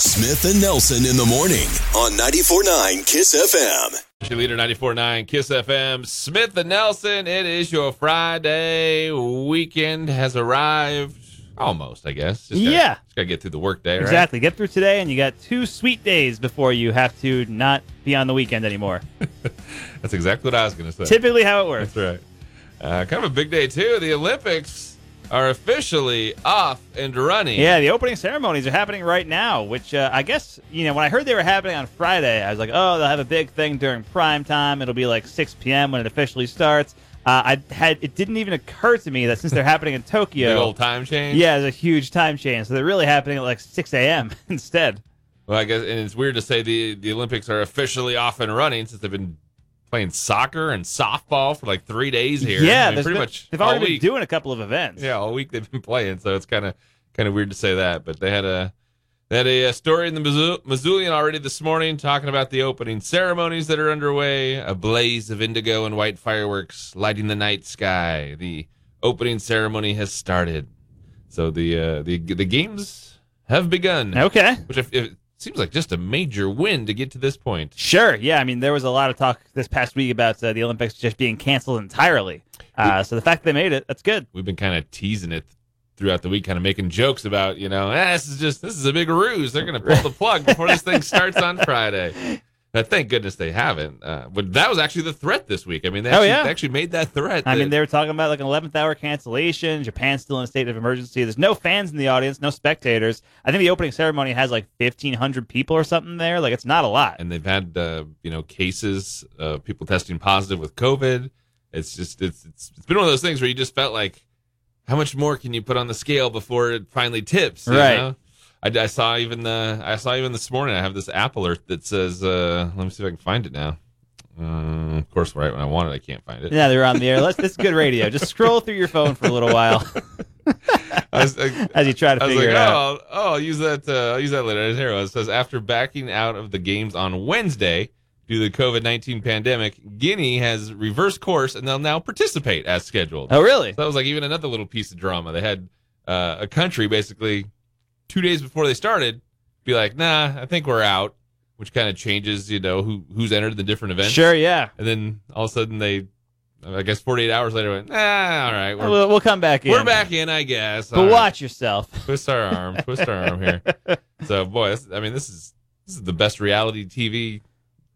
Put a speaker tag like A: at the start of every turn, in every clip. A: Smith and Nelson in the morning on 94.9 Kiss FM.
B: Cheerleader 94.9 Kiss FM, Smith and Nelson. It is your Friday. Weekend has arrived. Almost, I guess. Just gotta,
C: Yeah.
B: Just got to get through the workday, right?
C: Exactly. Get through today, and you got two sweet days before you have to not be on the weekend anymore.
B: That's exactly what I was going to say.
C: Typically, how it works.
B: That's right. Uh, kind of a big day, too. The Olympics are officially off and running.
C: Yeah, the opening ceremonies are happening right now, which uh, I guess, you know, when I heard they were happening on Friday, I was like, oh, they'll have a big thing during prime time. It'll be like 6 p.m. when it officially starts. Uh, I had it didn't even occur to me that since they're happening in
B: Big
C: Tokyo,
B: old time change.
C: yeah, there's a huge time change, so they're really happening at like 6 a.m. instead.
B: Well, I guess, and it's weird to say the, the Olympics are officially off and running since they've been playing soccer and softball for like three days here. I
C: Yeah,
B: mean,
C: there's
B: pretty
C: been-
B: much
C: they've
B: all
C: already
B: week.
C: been doing a couple of events.
B: Yeah, all week they've been playing, so it's kind of kind of weird to say that. But they had a they had a, uh, story in the Missou- Missoulian already this morning, talking about the opening ceremonies that are underway. A blaze of indigo and white fireworks lighting the night sky. The opening ceremony has started, so the uh, the the games have begun.
C: Okay.
B: Which if, if, seems like just a major win to get to this point.
C: Sure. Yeah. I mean, there was a lot of talk this past week about uh, the Olympics just being canceled entirely. Uh, so the fact they made it, that's good.
B: we've been kind of teasing it throughout the week, kind of making jokes about, you know, "Ah, this is just this is a big ruse. They're going to pull the plug before this thing starts on Friday. But thank goodness they haven't. Uh, but that was actually the threat this week. I mean, they
C: Oh,
B: actually,
C: yeah.
B: they actually made that threat.
C: I
B: that-
C: mean, they were talking about like an 11th hour cancellation. Japan's still in a state of emergency. There's no fans in the audience, no spectators. I think the opening ceremony has like 1,500 people or something there. Like, it's not a lot.
B: and they've had uh, you know cases uh, people testing positive with COVID. It's just it's, it's it's been one of those things where you just felt like, how much more can you put on the scale before it finally tips? you
C: Right.
B: know? I, I saw even the I saw even this morning. I have this app alert that says, uh, "Let me see if I can find it now." Um, of course, right when I want it, I can't find it.
C: Yeah, they're on the air. Let's, this is good radio. Just scroll through your phone for a little while
B: I was, I,
C: as you try to
B: I was
C: figure
B: like,
C: it
B: oh,
C: out.
B: I'll, oh, I'll use that. Uh, I'll use that later. Here it was. It says after backing out of the games on Wednesday due to the COVID nineteen pandemic, Guinea has reversed course and they'll now participate as scheduled.
C: Oh, really?
B: So that was like even another little piece of drama. They had uh, a country basically two days before they started be like, nah, I think we're out, which kind of changes, you know, who who's entered the different events.
C: Sure, yeah.
B: And then all of a sudden they, I guess, forty eight hours later went, nah, all right, we're,
C: We'll, we'll come back in.
B: we're back in, I guess. All
C: But
B: right."
C: watch yourself.
B: twist our arm, twist our arm here. So, boy, this, I mean, this is this is the best reality TV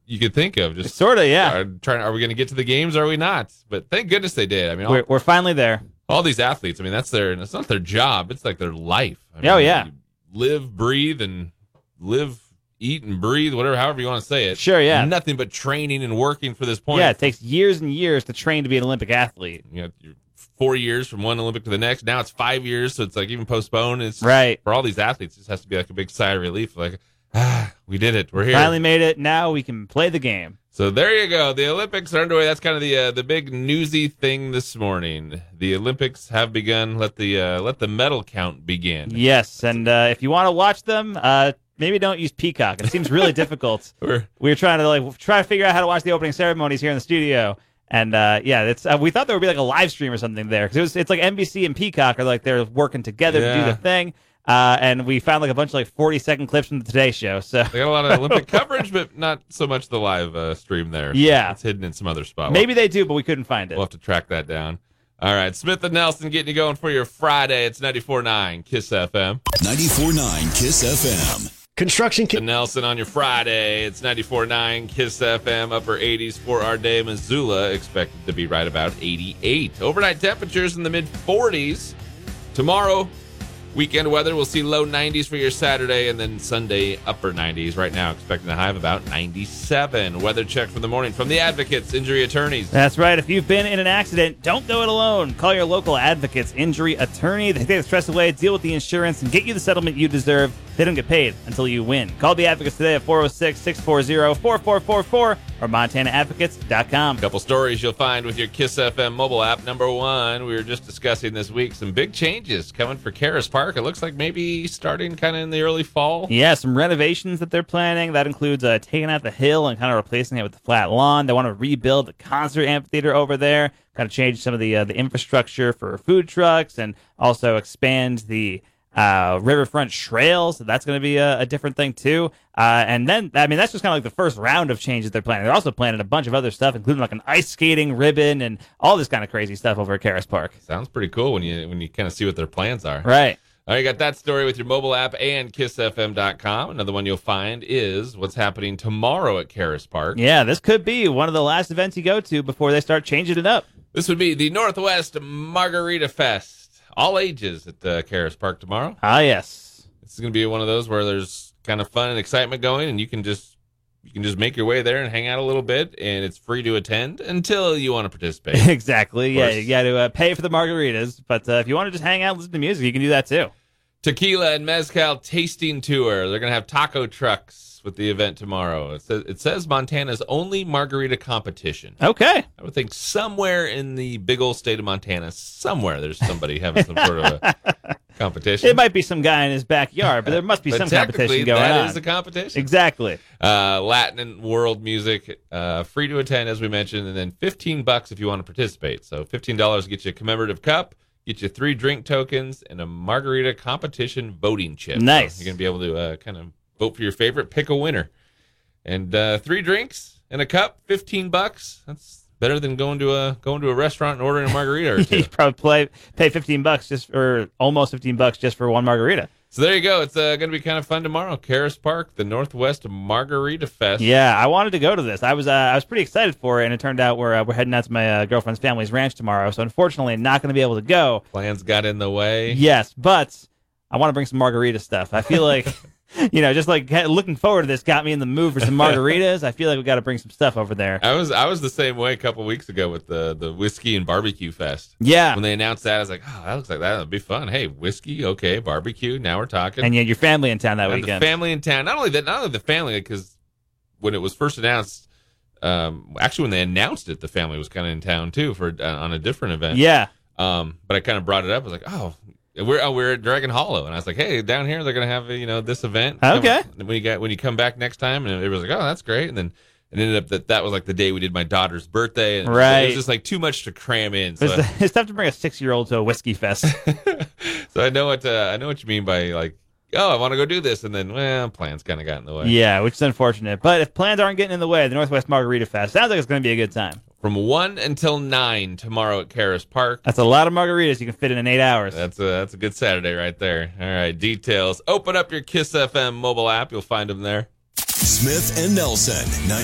B: you could think of. Just
C: Sort of, yeah.
B: are trying. Are we going to get to the games? Are we not? But thank goodness they did. I mean, all,
C: We're, we're finally there.
B: all these athletes. I mean, that's their. It's not their job. It's like their life. I mean,
C: Oh, yeah.
B: you live, breathe, and live, eat, and breathe. Whatever, however you want to say it.
C: Sure, yeah.
B: Nothing but training and working for this point.
C: Yeah, it takes years and years to train to be an Olympic athlete.
B: You know, you're four years from one Olympic to the next. Now it's five years, so it's like even postponed. It's
C: Right.
B: for all these athletes, it just has to be like a big sigh of relief. Like, ah, we did it. We're here.
C: Finally made it. Now we can play the game.
B: So there you go. The Olympics are underway. That's kind of the uh, the big newsy thing this morning. The Olympics have begun. Let the uh, let the medal count begin.
C: Yes, and uh, if you want to watch them, uh, maybe don't use Peacock. It seems really difficult.
B: We're-
C: We were trying to like try to figure out how to watch the opening ceremonies here in the studio, and uh, yeah, it's uh, we thought there would be like a live stream or something there because it was it's like NBC and Peacock are like they're working together to do
B: Yeah.
C: the thing. Uh, and we found like a bunch of like 40 second clips from the Today Show. So
B: they got a lot of Olympic coverage, but not so much the live uh, stream there.
C: Yeah.
B: it's hidden in some other spot.
C: maybe they do, but we couldn't find it.
B: We'll have to track that down. All right, Smith and Nelson getting you going for your Friday. It's 94.9 KISS FM.
A: 94.9 Kiss FM.
D: Construction
B: The Nelson on your Friday. It's 94.9 KISS FM, upper 80s for our day. Missoula expected to be right about 88. Overnight temperatures in the mid 40s. Tomorrow, weekend weather, we'll see low 90s for your Saturday, and then Sunday, upper 90s. Right now, expecting a high of about 97. Weather check for the morning from the advocates, injury attorneys.
C: That's right. If you've been in an accident, don't go it alone. Call your local advocates, injury attorney. They take the stress away, deal with the insurance, and get you the settlement you deserve. They don't get paid until you win. Call the advocates today at 406 640 4444 or MontanaAdvocates.com.
B: couple stories you'll find with your Kiss FM mobile app. Number one, we were just discussing this week some big changes coming for Karis Park. It looks like maybe starting kind of in the early fall.
C: Yeah, some renovations that they're planning. That includes uh, taking out the hill and kind of replacing it with the flat lawn. They want to rebuild the concert amphitheater over there, kind of change some of the uh, the infrastructure for food trucks, and also expand the uh, Riverfront Trail, so that's going to be a, a different thing too. Uh, and then, I mean, that's just kind of like the first round of changes they're planning. They're also planning a bunch of other stuff, including like an ice skating ribbon and all this kind of crazy stuff over at Karis Park.
B: Sounds pretty cool when you when you kind of see what their plans are.
C: Right.
B: All right, you got that story with your mobile app and kissfm.com. Another one you'll find is what's happening tomorrow at Karis Park.
C: Yeah, this could be one of the last events you go to before they start changing it up.
B: This would be the Northwest Margarita Fest, all ages at uh, Karis Park tomorrow.
C: Ah, yes.
B: This is going to be one of those where there's kind of fun and excitement going, and you can just you can just make your way there and hang out a little bit, and it's free to attend until you want to participate.
C: exactly.
B: Of
C: Yeah,
B: course.
C: you got to uh, pay for the margaritas, but uh, if you want to just hang out, and listen to music, you can do that too.
B: Tequila and mezcal tasting tour. They're going to have taco trucks with the event tomorrow. It says, it says Montana's only margarita competition.
C: Okay.
B: I would think somewhere in the big old state of Montana, somewhere there's somebody having some sort of a competition.
C: It might be some guy in his backyard, but there must be
B: But
C: some
B: technically,
C: competition going
B: That
C: on.
B: is a competition.
C: exactly.
B: uh, Latin and world music, uh, free to attend as we mentioned, and then fifteen bucks if you want to participate. So fifteen dollars gets you a commemorative cup, get you three drink tokens, and a margarita competition voting chip. So
C: Nice.
B: you're gonna be able to uh, kind of vote for your favorite, pick a winner, and uh, three drinks and a cup, fifteen bucks. That's better than going to a going to a restaurant and ordering a margarita or two.
C: you probably play, pay 15 bucks just for almost 15 bucks just for one margarita.
B: So there you go. It's uh, going to be kind of fun tomorrow. Karis Park, the Northwest Margarita Fest.
C: Yeah, I wanted to go to this. I was uh, I was pretty excited for it, and it turned out we're uh, we're heading out to my uh, girlfriend's family's ranch tomorrow. So unfortunately, not going to be able to go.
B: Plans got in the way.
C: Yes, but I want to bring some margarita stuff. I feel like, you know, just like ha- looking forward to this got me in the mood for some margaritas. I feel like we got to bring some stuff over there.
B: I was I was the same way a couple weeks ago with the the whiskey and barbecue fest.
C: Yeah.
B: When they announced that, I was like, "Oh, that looks like that would be fun." Hey, whiskey, okay, barbecue. Now we're talking.
C: And you had your family in town that
B: And the
C: weekend.
B: family in town. Not only that, not only the family, because when it was first announced, um, actually when they announced it, the family was kind of in town too for uh, on a different event.
C: yeah.
B: Um, but I kind of brought it up. I was like, oh, we're oh, we're at Dragon Hollow, and I was like, hey, down here they're gonna have you know this event.
C: Okay.
B: Come- When you got when you come back next time, and everybody was like, oh, that's great. And then it ended up that that was like the day we did my daughter's birthday. And It
C: Right.
B: was just like too much to cram in. So,
C: It's, it's tough to bring a six year old to a whiskey fest.
B: so I know what uh, I know what you mean by like, oh, I want to go do this, and then well, plans kind of got in the way.
C: yeah, which is unfortunate. But if plans aren't getting in the way, the Northwest Margarita Fest sounds like it's going to be a good time.
B: From one until nine tomorrow at Karis Park.
C: That's a lot of margaritas you can fit in in eight hours.
B: That's a that's a good Saturday right there. All right, details. Open up your Kiss FM mobile app. You'll find them there.
A: Smith and Nelson,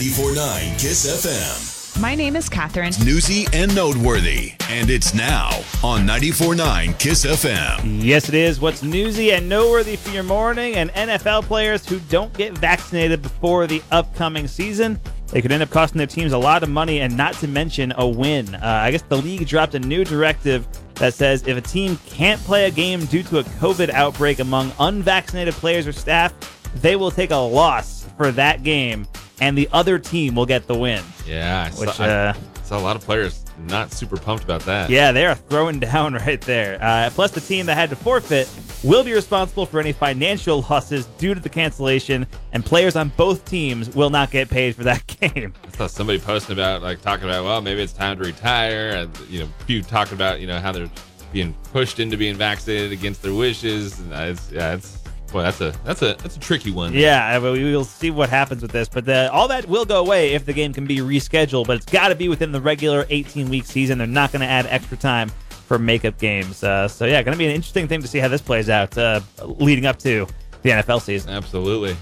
A: 94.9 Kiss FM.
D: My name is Catherine.
A: Newsy and noteworthy. And it's now on 94.9 Kiss FM.
C: Yes, it is. What's newsy and noteworthy for your morning? And NFL players who don't get vaccinated before the upcoming season, they could end up costing their teams a lot of money, and not to mention a win. Uh, I guess the league dropped a new directive that says if a team can't play a game due to a COVID outbreak among unvaccinated players or staff, they will take a loss for that game, and the other team will get the win.
B: Yeah, I,
C: Which,
B: saw, I
C: uh,
B: saw a lot of players not super pumped about that.
C: Yeah, they are throwing down right there. Uh, plus, the team that had to forfeit will be responsible for any financial losses due to the cancellation, and players on both teams will not get paid for that game.
B: I saw somebody posting about like talking about well maybe it's time to retire, and you know a few talking about you know how they're being pushed into being vaccinated against their wishes. And I- it's, yeah, it's well that's a that's a that's a tricky one.
C: yeah, I mean, we will see what happens with this, but the, all that will go away if the game can be rescheduled. But it's got to be within the regular 18-week season. They're not going to add extra time for makeup games. Uh, so yeah, going to be an interesting thing to see how this plays out uh, leading up to the NFL season.
B: Absolutely.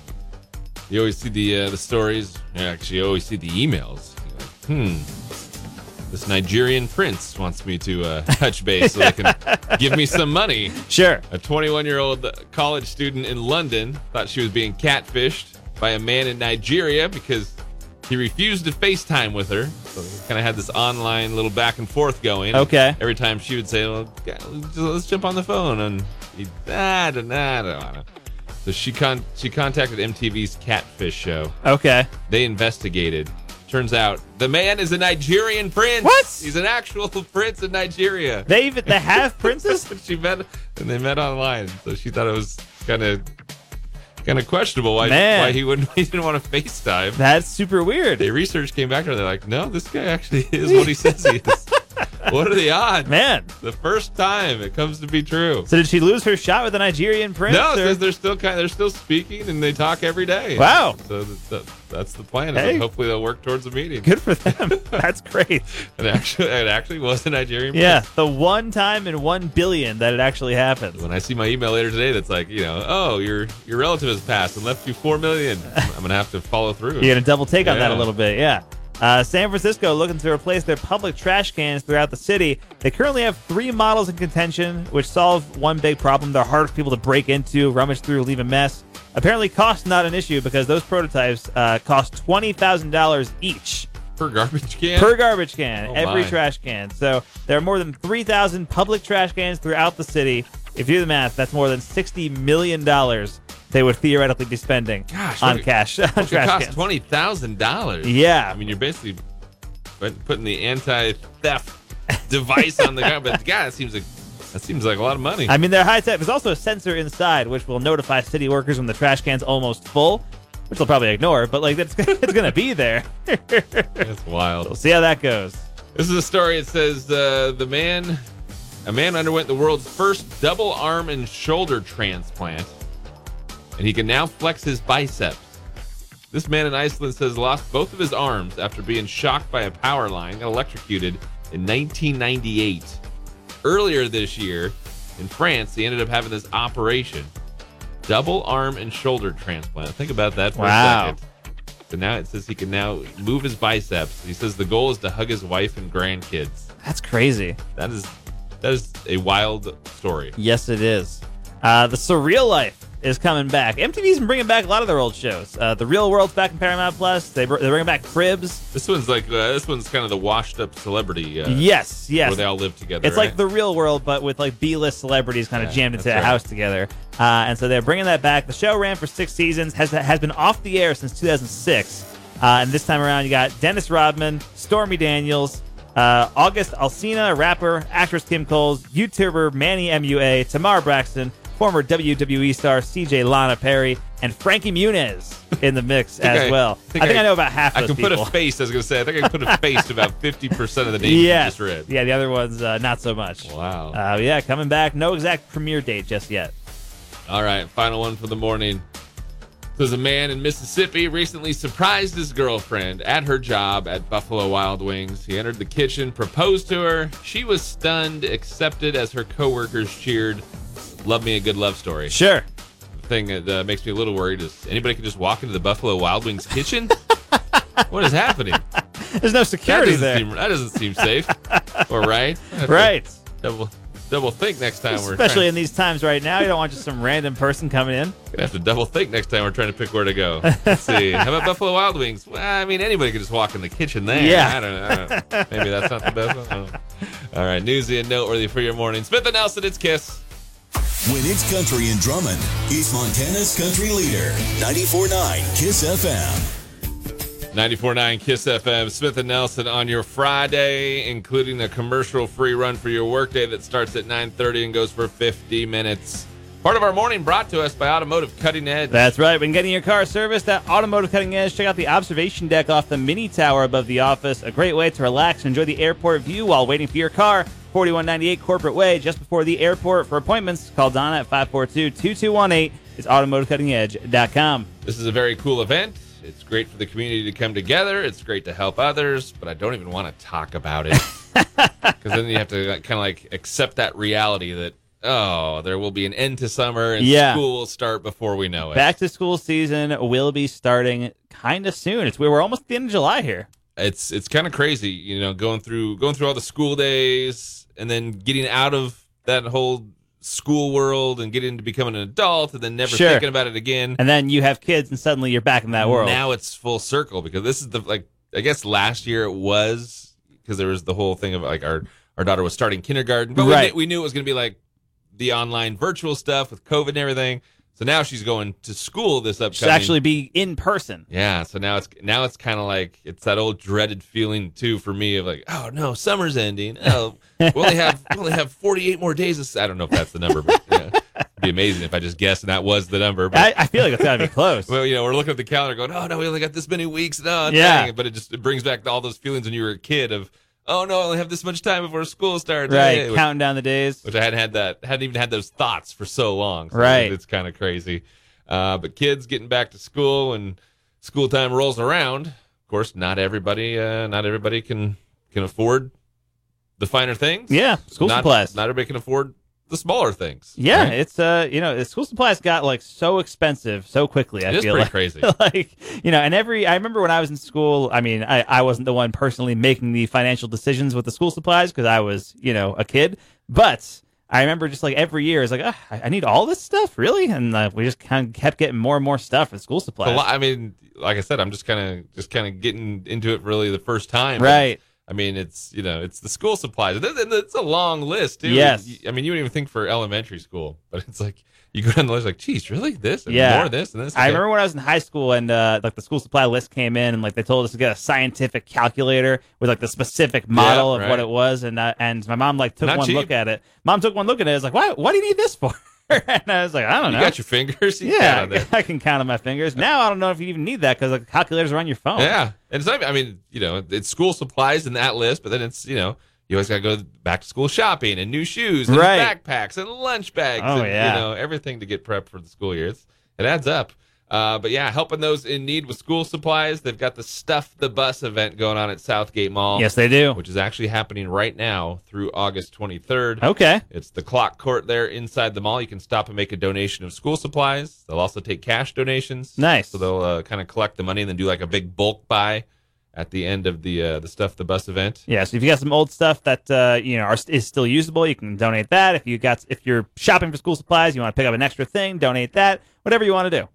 B: You always see the uh, the stories. Yeah, Actually, you always see the emails. You're like, hmm. This Nigerian prince wants me to uh, touch base so they can give me some money.
C: Sure.
B: A 21 year old college student in London thought she was being catfished by a man in Nigeria because he refused to FaceTime with her. So they kind of had this online little back and forth going.
C: Okay.
B: Every time she would say, well, g- let's- let's jump on the phone. And he, I don't know. I don't wanna." So she, con- she contacted MTV's Catfish show.
C: Okay.
B: They investigated. Turns out the man is a Nigerian prince.
C: What?
B: He's an actual prince in Nigeria.
C: They even they have princes.
B: But she met and they met online, so she thought it was kind of kind of questionable why
C: Man.
B: why he wouldn't he didn't want to FaceTime.
C: That's super weird.
B: The research came back to her. They're like, no, this guy actually is what he says he is. What are the odds?
C: Man.
B: The first time it comes to be true.
C: So did she lose her shot with the Nigerian prince?
B: No, it
C: or-
B: says they're still kind. They're still speaking, and they talk every day.
C: Wow.
B: So that's, that- that's the plan.
C: Hey.
B: Hopefully, they'll work towards a meeting.
C: Good for them. That's great.
B: It actually, it actually was a Nigerian.
C: Yeah, the one time in one billion that it actually happens.
B: When I see my email later today, that's like, you know, oh, your your relative has passed and left you four million. I'm gonna have to follow through.
C: You're gonna double take on that a
B: Yeah.
C: little bit, yeah. Uh, San Francisco looking to replace their public trash cans throughout the city. They currently have three models in contention, which solve one big problem: they're hard for people to break into, rummage through, leave a mess. Apparently, cost not an issue because those prototypes uh, cost twenty thousand dollars each
B: per garbage can.
C: per garbage can,
B: Oh,
C: every
B: my.
C: trash can. So there are more than three thousand public trash cans throughout the city. If you do the math, that's more than sixty million dollars they would theoretically be spending
B: Gosh,
C: on
B: what-
C: cash on
B: it
C: trash
B: costs
C: cans.
B: twenty thousand dollars.
C: Yeah.
B: I mean, you're basically put- putting the anti-theft device on the guy. But God, it seems like that seems like a lot of money.
C: I mean, they're high tech. There's also a sensor inside which will notify city workers when the trash can's almost full, which they'll probably ignore. But like, that's it's gonna be there.
B: That's wild.
C: We'll see how that goes.
B: This is a story. It says uh, the man, a man underwent the world's first double arm and shoulder transplant, and he can now flex his biceps. This man in Iceland says lost both of his arms after being shocked by a power line and electrocuted in 1998. Earlier this year, in France, he ended up having this operation, double arm and shoulder transplant. Think about that for
C: Wow.
B: a second. So now it says he can now move his biceps. He says the goal is to hug his wife and grandkids.
C: That's crazy.
B: That is that is a wild story.
C: Yes, it is. Uh, the Surreal Life is coming back. MTV's been bringing back a lot of their old shows. Uh, the Real World's back in Paramount Plus. They br- they're bringing back Cribs.
B: This one's like uh, this one's kind of the washed up celebrity. Uh,
C: yes, yes.
B: Where they all live together.
C: It's
B: right?
C: like the real world, but with like B-list celebrities kind of
B: Yeah,
C: jammed into a
B: that's right.
C: house together. Uh, and so they're bringing that back. The show ran for six seasons, has has been off the air since 2006. Uh, and this time around, you got Dennis Rodman, Stormy Daniels, uh, August Alsina, rapper, actress Kim Coles, YouTuber Manny MUA, Tamar Braxton, former WWE star CJ Lana Perry, and Frankie Muniz in the mix
B: think
C: as
B: I-
C: well. I
B: think
C: think I,
B: I-
C: know about half
B: I
C: those
B: can
C: people.
B: put a face. I was gonna say. I think I can put a face to about fifty percent of the names you
C: yes.
B: just read.
C: Yeah, the other ones, uh, not so much.
B: Wow.
C: Uh, yeah, coming back. No exact premiere date just yet.
B: All right, final one for the morning. There's a man in Mississippi recently surprised his girlfriend at her job at Buffalo Wild Wings. He entered the kitchen, proposed to her. She was stunned, accepted as her coworkers cheered. Love me a good love story.
C: Sure.
B: The thing that uh, makes me a little worried is anybody can just walk into the Buffalo Wild Wings kitchen? what is happening? That
C: There's no security
B: doesn't
C: there.
B: seem- that doesn't seem safe or right. I have to
C: right.
B: Double, double think next time we're
C: Especially
B: trying-
C: in these times right now. You don't want just some random person coming in.
B: Gonna have to double think next time we're trying to pick where to go. Let's see. How about Buffalo Wild Wings? Well, I mean, anybody could just walk in the kitchen there.
C: Yeah.
B: I don't know. I don't know. Maybe that's not the best one. I don't know. All right. Newsy and noteworthy for your morning. Smith and Nelson, it's Kiss.
A: When it's country in Drummond, East Montana's country leader, 94.9 Kiss FM.
B: 94.9 Kiss FM. Smith and Nelson on your Friday, including a commercial-free run for your workday that starts at 9.30 and goes for 50 minutes. Part of our morning brought to us by Automotive Cutting Edge.
C: That's right. When getting your car serviced at Automotive Cutting Edge, check out the observation deck off the mini tower above the office. A great way to relax and enjoy the airport view while waiting for your car. 4198 Corporate Way, just before the airport. For appointments, call Donna at 542 2218. It's automotivecuttingedge.com.
B: This is a very cool event. It's great for the community to come together. It's great to help others, but I don't even want to talk about it because then you have to like, kind of like accept that reality that oh, there will be an end to summer and
C: Yeah.
B: school will start before we know it.
C: Back to school season will be starting kind of soon. It's we're almost at the end of July here.
B: It's it's kind of crazy, you know, going through going through all the school days and then getting out of that whole school world and getting to becoming an adult and then never
C: Sure.
B: thinking about it again.
C: And then you have kids, and suddenly you're back in that world.
B: Now it's full circle because this is the like I guess last year it was because there was the whole thing of like our our daughter was starting kindergarten, but we,
C: Right.
B: knew, we knew it was going to be like the online virtual stuff with COVID and everything. So now she's going to school this upcoming.
C: Should actually be in person.
B: yeah. So now it's now it's kind of like it's that old dreaded feeling too for me of like, oh no, summer's ending. Oh, we only have we only have forty eight more days. Of, s-" I don't know if that's the number, but yeah, it'd be amazing if I just guessed and that was the number. But
C: I, I feel like it's got to be close.
B: well, you know, we're looking at the calendar going, oh, no, we only got this many weeks. No,
C: Yeah.
B: dang it." But it just it brings back all those feelings when you were a kid of, oh no, I only have this much time before school starts.
C: Right,
B: Hey, which,
C: counting down the days.
B: which I hadn't had that, hadn't even had those thoughts for so long. So
C: Right.
B: it's kind of crazy. Uh, but kids getting back to school and school time rolls around. Of course, not everybody, uh, not everybody can can afford the finer things.
C: Yeah, school
B: not,
C: supplies.
B: Not everybody can afford the smaller things.
C: yeah,
B: right?
C: it's uh, you know, the school supplies got like so expensive so quickly. I
B: it is
C: feel
B: pretty crazy.
C: like. like you know and every i remember when i was in school i mean i, I wasn't the one personally making the financial decisions with the school supplies because i was you know a kid but i remember just like every year it's like "Ugh, I, I need all this stuff really and uh, we just kind of kept getting more and more stuff for the school
B: A
C: supplies
B: lot, I mean, like I said, I'm just kind of just kind of getting into it really the first time.
C: right
B: I mean, it's you know, it's the school supplies. And it's- and it's a long list, too.
C: Yes.
B: You- I mean, you wouldn't even think for elementary school, but it's like you go down the list, like, geez, really this and
C: Yeah.
B: more of this and this.
C: I
B: Okay.
C: remember when I was in high school and uh, like the school supply list came in and like they told us to get a scientific calculator with like the specific model of what
B: right.
C: it was and uh, and my mom like took
B: Not
C: one
B: cheap.
C: look at it. Mom took one look at it. I was like, "What? What do you need this for?" and I was like, "I don't
B: you
C: know."
B: got your fingers. You count
C: Yeah,
B: on that.
C: I can count on my fingers. Now I don't know if you even need that because the calculators are on your phone.
B: Yeah, and it's not. I mean, you know, it's school supplies in that list, but then it's you know, you always got to go back to school shopping and new shoes and
C: Right.
B: backpacks and lunch bags.
C: Oh,
B: and,
C: yeah.
B: you know everything to get prepped for the school year. It's, it adds up. Uh, but yeah, helping those in need with school supplies. They've got the stuff the bus event going on at Southgate Mall.
C: Yes, they do.
B: Which is actually happening right now through August 23rd.
C: Okay.
B: It's the clock court there inside the mall. You can stop and make a donation of school supplies. They'll also take cash donations.
C: Nice.
B: So they'll uh, kind of collect the money and then do like a big bulk buy at the end of the uh, the stuff the bus event.
C: Yeah. So if you got some old stuff that uh, you know are, is still usable, you can donate that. If you got if you're shopping for school supplies, you want to pick up an extra thing, donate that. Whatever you want to do.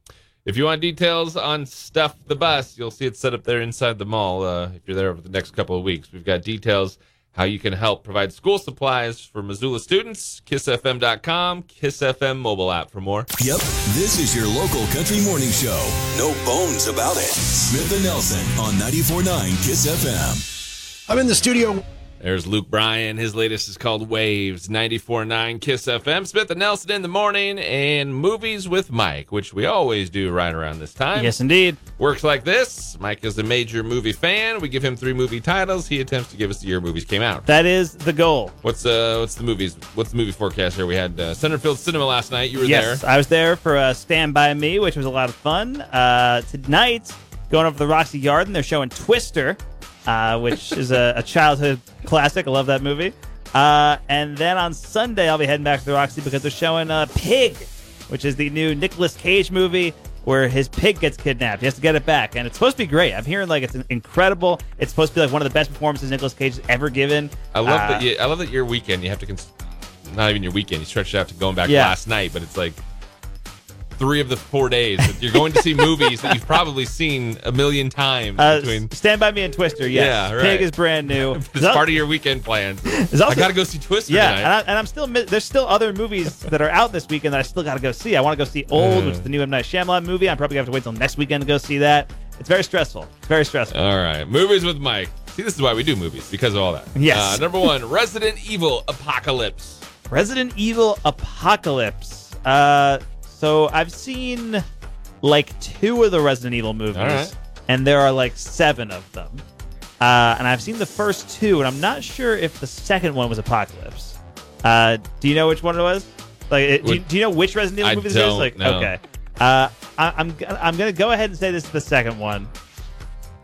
B: If you want details on stuff the bus, you'll see it set up there inside the mall. Uh, if you're there over the next couple of weeks, we've got details how you can help provide school supplies for Missoula students. KissFM.com, KissFM mobile app for more.
A: Yep, this is your local country morning show. No bones about it. Smith and Nelson on 94.9 Kiss FM.
D: I'm in the studio
B: There's Luke Bryan. His latest is called Waves 94.9 Kiss FM. Smith and Nelson in the morning and movies with Mike, which we always do right around this time.
C: Yes, indeed.
B: Works like this Mike is a major movie fan. We give him three movie titles. He attempts to give us the year movies came out.
C: That is the goal.
B: What's uh what's the movies? What's the movie forecast here? We had uh, Centerfield Cinema last night. You were
C: yes,
B: there.
C: I was there for uh, Stand By Me, which was a lot of fun. Uh, tonight, going over to the Roxy Yard, and they're showing Twister, uh, which is a, a childhood classic. I love that movie. Uh, and then on Sunday, I'll be heading back to the Roxy because they're showing uh, Pig, which is the new Nicolas Cage movie where his pig gets kidnapped. He has to get it back, and it's supposed to be great. I'm hearing like it's incredible. It's supposed to be like one of the best performances Nicolas Cage has ever given.
B: I love
C: Uh,
B: that. You, I love that your weekend. You have to cons- not even your weekend. You stretched it out to going back
C: Yeah.
B: last night, but it's like three of the four days. You're going to see movies that you've probably seen a million times.
C: Uh,
B: between
C: Stand by Me and Twister, yes.
B: Yeah, right.
C: Pig is brand new.
B: it's part of your weekend plans.
C: There's
B: I
C: also-
B: got to go see Twister
C: yeah, and,
B: tonight.
C: I, and I'm still mi- there's still other movies that are out this weekend that I still got to go see. I want to go see Old, which is the new M Night Shyamalan movie. I'm probably gonna have to wait till next weekend to go see that. It's very stressful. It's very stressful.
B: All right, movies with Mike. See, this is why we do movies because of all that.
C: Yes.
B: Uh, number one, Resident Evil Apocalypse.
C: Resident Evil Apocalypse. Uh, so I've seen like two of the Resident Evil movies,
B: All right.
C: and there are like seven of them. Uh, and I've seen the first two, and I'm not sure if the second one was Apocalypse. Uh, do you know which one it was? Like, it, do, you,
B: Would-
C: do you know which Resident Evil
B: I
C: movie this
B: don't
C: is? Like,
B: know.
C: okay, uh, I, I'm g- I'm gonna go ahead and say this is the second one.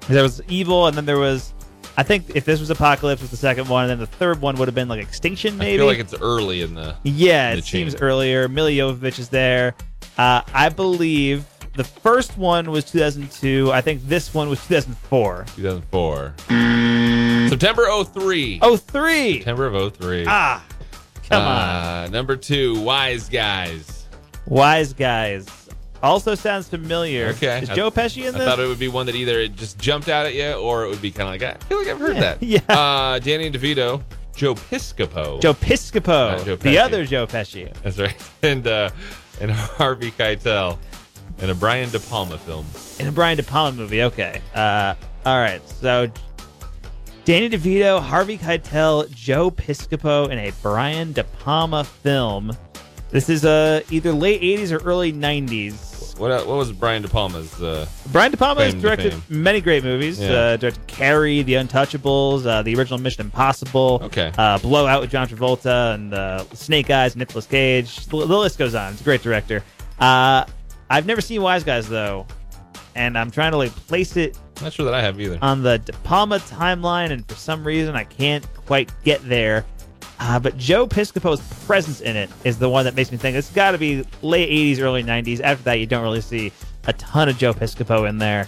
C: There was evil, and then there was. I think if this was Apocalypse, was the second one, and then the third one would have been like Extinction, maybe.
B: I feel like it's early in the.
C: Yeah,
B: in the
C: it seems
B: chamber.
C: earlier. Miljovic is there. Uh, I believe the first one was 2002. I think this one was 2004.
B: 2004. September 03.
C: Oh, three.
B: September of 03.
C: Ah, come on.
B: Uh, number two, Wise Guys.
C: Wise guys. Also sounds familiar.
B: Okay.
C: Is
B: I-
C: Joe Pesci in
B: I
C: this?
B: thought it would be one that either it just jumped out at you or it would be kind of like, I feel like I've heard that.
C: yeah.
B: Uh, Danny DeVito, Joe Piscopo.
C: Joe Piscopo.
B: Not Uh, Joe Pesci.
C: the other Joe Pesci.
B: That's right. And, uh, and Harvey Keitel. And a Brian De Palma film.
C: In a Brian De Palma movie. Okay. Uh, all right. So Danny DeVito, Harvey Keitel, Joe Piscopo, and a Brian De Palma film. This is uh, either late 80s or early 90s.
B: What uh, what was Brian De Palma's? Uh,
C: Brian De Palma has
B: Fame to
C: directed
B: fame.
C: many great movies.
B: Yeah.
C: Uh, directed Carrie, The Untouchables, uh, the original Mission Impossible,
B: Okay.
C: uh, Blowout with John Travolta, and uh, Snake Eyes, Nicolas Cage. The, the list goes on. He's a great director. Uh, I've never seen Wise Guys though, and I'm trying to like place it
B: not sure that I have either.
C: on the De Palma timeline, and for some reason I can't quite get there. Uh, but Joe Piscopo's presence in it is the one that makes me think it's got to be late 80s, early 90s. After that, you don't really see a ton of Joe Piscopo in there.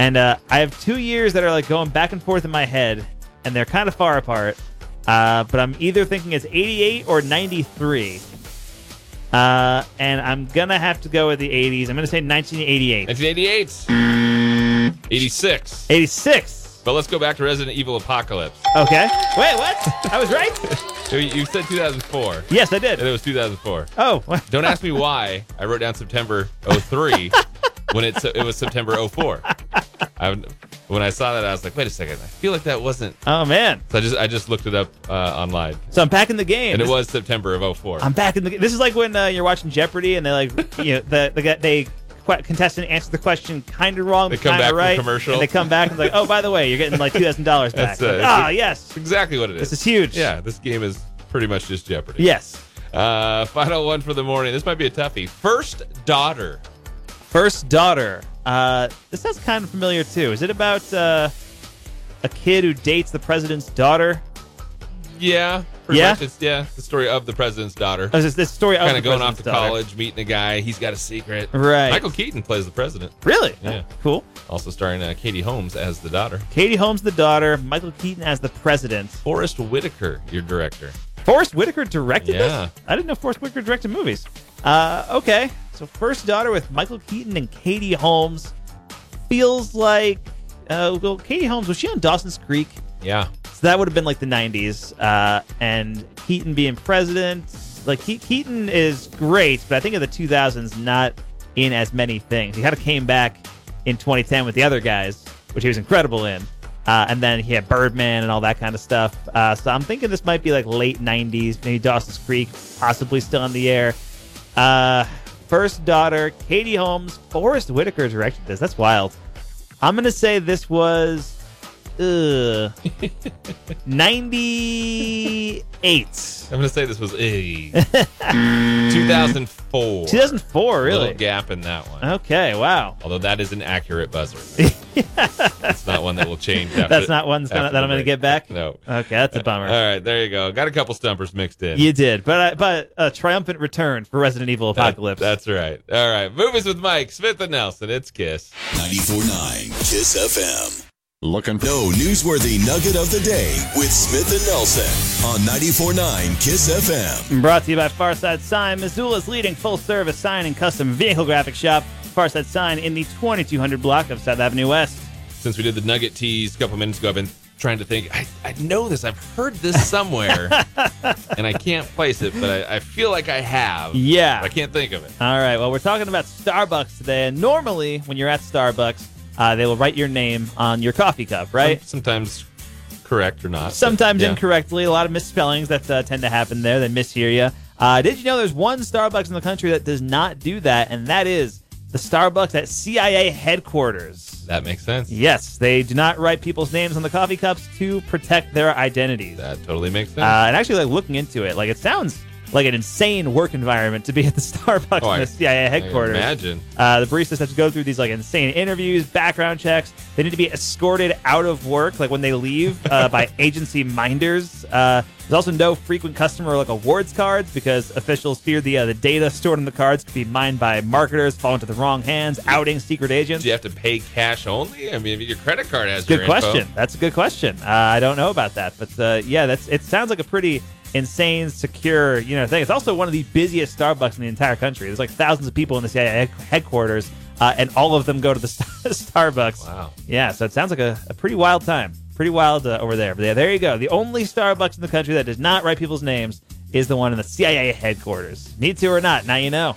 C: And uh, I have two years that are like going back and forth in my head, and they're kind of far apart. Uh, but I'm either thinking it's 88 or 93. Uh, and I'm gonna have to go with the 80s. I'm gonna say 1988,
B: 1988, 86.
C: 86.
B: But let's go back to Resident Evil Apocalypse.
C: Okay. Wait, what? I was right.
B: You- You said 2004,
C: Yes, I
B: and
C: did.
B: it was 2004.
C: Oh, what?
B: Don't ask me why I wrote down September 03 when it it was September 04. I, when I saw that, I was like, wait a second, I feel like that wasn't.
C: oh man!
B: So I just I just looked it up uh, online,
C: So I'm back in the game.
B: and it
C: This-
B: was September of 04.
C: I'm back in the. This is like when uh, you're watching Jeopardy and they like, you know, the, the guy- they que- contestant answers the question kind of wrong,
B: They
C: but
B: come
C: kinda
B: back from
C: right,
B: commercial.
C: And they come back and like, oh, by the way, you're getting like two thousand dollars back.
B: That's, uh,
C: Like, Ah, yes,
B: exactly what it is.
C: this is huge.
B: Yeah, this game is pretty much just Jeopardy.
C: Yes.
B: Uh, final one for the morning. This might be a toughie. First daughter.
C: First daughter. Uh, this sounds kind of familiar too. Is it about uh, a kid who dates the president's daughter?
B: Yeah. pretty
C: Yeah?
B: Much. It's, yeah. The story of the president's daughter.
C: Oh, is this, this story
B: kind
C: the
B: of going off to
C: president's daughter?
B: college, meeting a guy. He's got a secret.
C: Right.
B: Michael Keaton plays the president.
C: Really?
B: Yeah.
C: Oh, cool.
B: Also starring uh, Katie Holmes as the daughter.
C: Katie Holmes, the daughter. Michael Keaton as the president.
B: Forrest Whitaker, your director.
C: Forrest Whitaker directed
B: Yeah.
C: this? I didn't know Forrest Whitaker directed movies. Uh, okay. So First Daughter with Michael Keaton and Katie Holmes feels like uh, well, Katie Holmes was she on Dawson's Creek?
B: Yeah.
C: So that would have been like the 90s. Uh, and Keaton being president, like Ke- Keaton is great, but I think in the 2000s not in as many things. He kind of came back in 2010 with the other guys, which he was incredible in. Uh, and then he had Birdman and all that kind of stuff. Uh, so I'm thinking this might be like late 90s, maybe Dawson's Creek, possibly still on the air. Uh, first daughter, Katie Holmes, Forrest Whitaker directed this. That's wild. I'm gonna say this was uh, 98.
B: I'm going to say this was eh, 2004.
C: 2004, really? Uh-huh.
B: Little gap in that one.
C: Okay, wow.
B: Although that is an accurate buzzer. It's not one that will change. After,
C: That's not one that's gonna-
B: after
C: that
B: the
C: I'm going to
B: break.
C: get back. Oh,
B: No.
C: Okay, that's a
B: Uh, All
C: bummer.
B: right, there you go. Got a couple stumpers mixed in.
C: You did, but I, but a triumphant return for Resident Evil
B: That-
C: Apocalypse.
B: that's right. All right, movies with Mike Smith and Nelson. It's Kiss.
A: 949 Kiss FM.
D: Looking for
A: No newsworthy nugget of the day with Smith and Nelson on 949 Kiss FM.
C: Brought to you by Farside Sign, Missoula's leading full service sign and custom vehicle graphic shop. Farside Sign in the 2200 block of South Avenue West.
B: Since we did the Nugget tease a couple minutes ago, I've been trying to think. I, I know this. I've heard this somewhere, and I can't place it, but I, I feel like I have.
C: Yeah.
B: But I can't think of it.
C: All right. Well, we're talking about Starbucks today. And normally, when you're at Starbucks, uh, they will write your name on your coffee cup, right?
B: Some- sometimes correct or not. but
C: Sometimes
B: yeah.
C: incorrectly. A lot of misspellings that uh, tend to happen there. They mishear you. Uh, did you know there's one Starbucks in the country that does not do that? And that is the Starbucks at CIA headquarters.
B: That makes sense.
C: Yes, they do not write people's names on the coffee cups to protect their identities.
B: That totally makes sense.
C: Uh, and actually, like looking into it, like it sounds like an insane work environment to be at the Starbucks
B: Oh, I-
C: in the CIA
B: I can
C: headquarters.
B: Imagine.
C: Uh, the baristas have to go through these like insane interviews, background checks. They need to be escorted out of work, like when they leave, uh, by agency minders. Uh, there's also no frequent customer like awards cards because officials fear the uh, the data stored in the cards could be mined by marketers, fall into the wrong hands, outing secret agents.
B: Do you have to pay cash only? I mean, if your credit card has
C: Good
B: your
C: question.
B: Info.
C: That's a good question. Uh, I don't know about that, but uh, yeah, that's it. Sounds like a pretty insane, secure, you know, thing. It's also one of the busiest Starbucks in the entire country. There's like thousands of people in the CIA head- headquarters, uh, and all of them go to the Starbucks.
B: Wow.
C: Yeah, so it sounds like a, a pretty wild time. Pretty wild uh, over there. But yeah, there you go. The only Starbucks in the country that does not write people's names is the one in the CIA headquarters. Need to or not, now you know.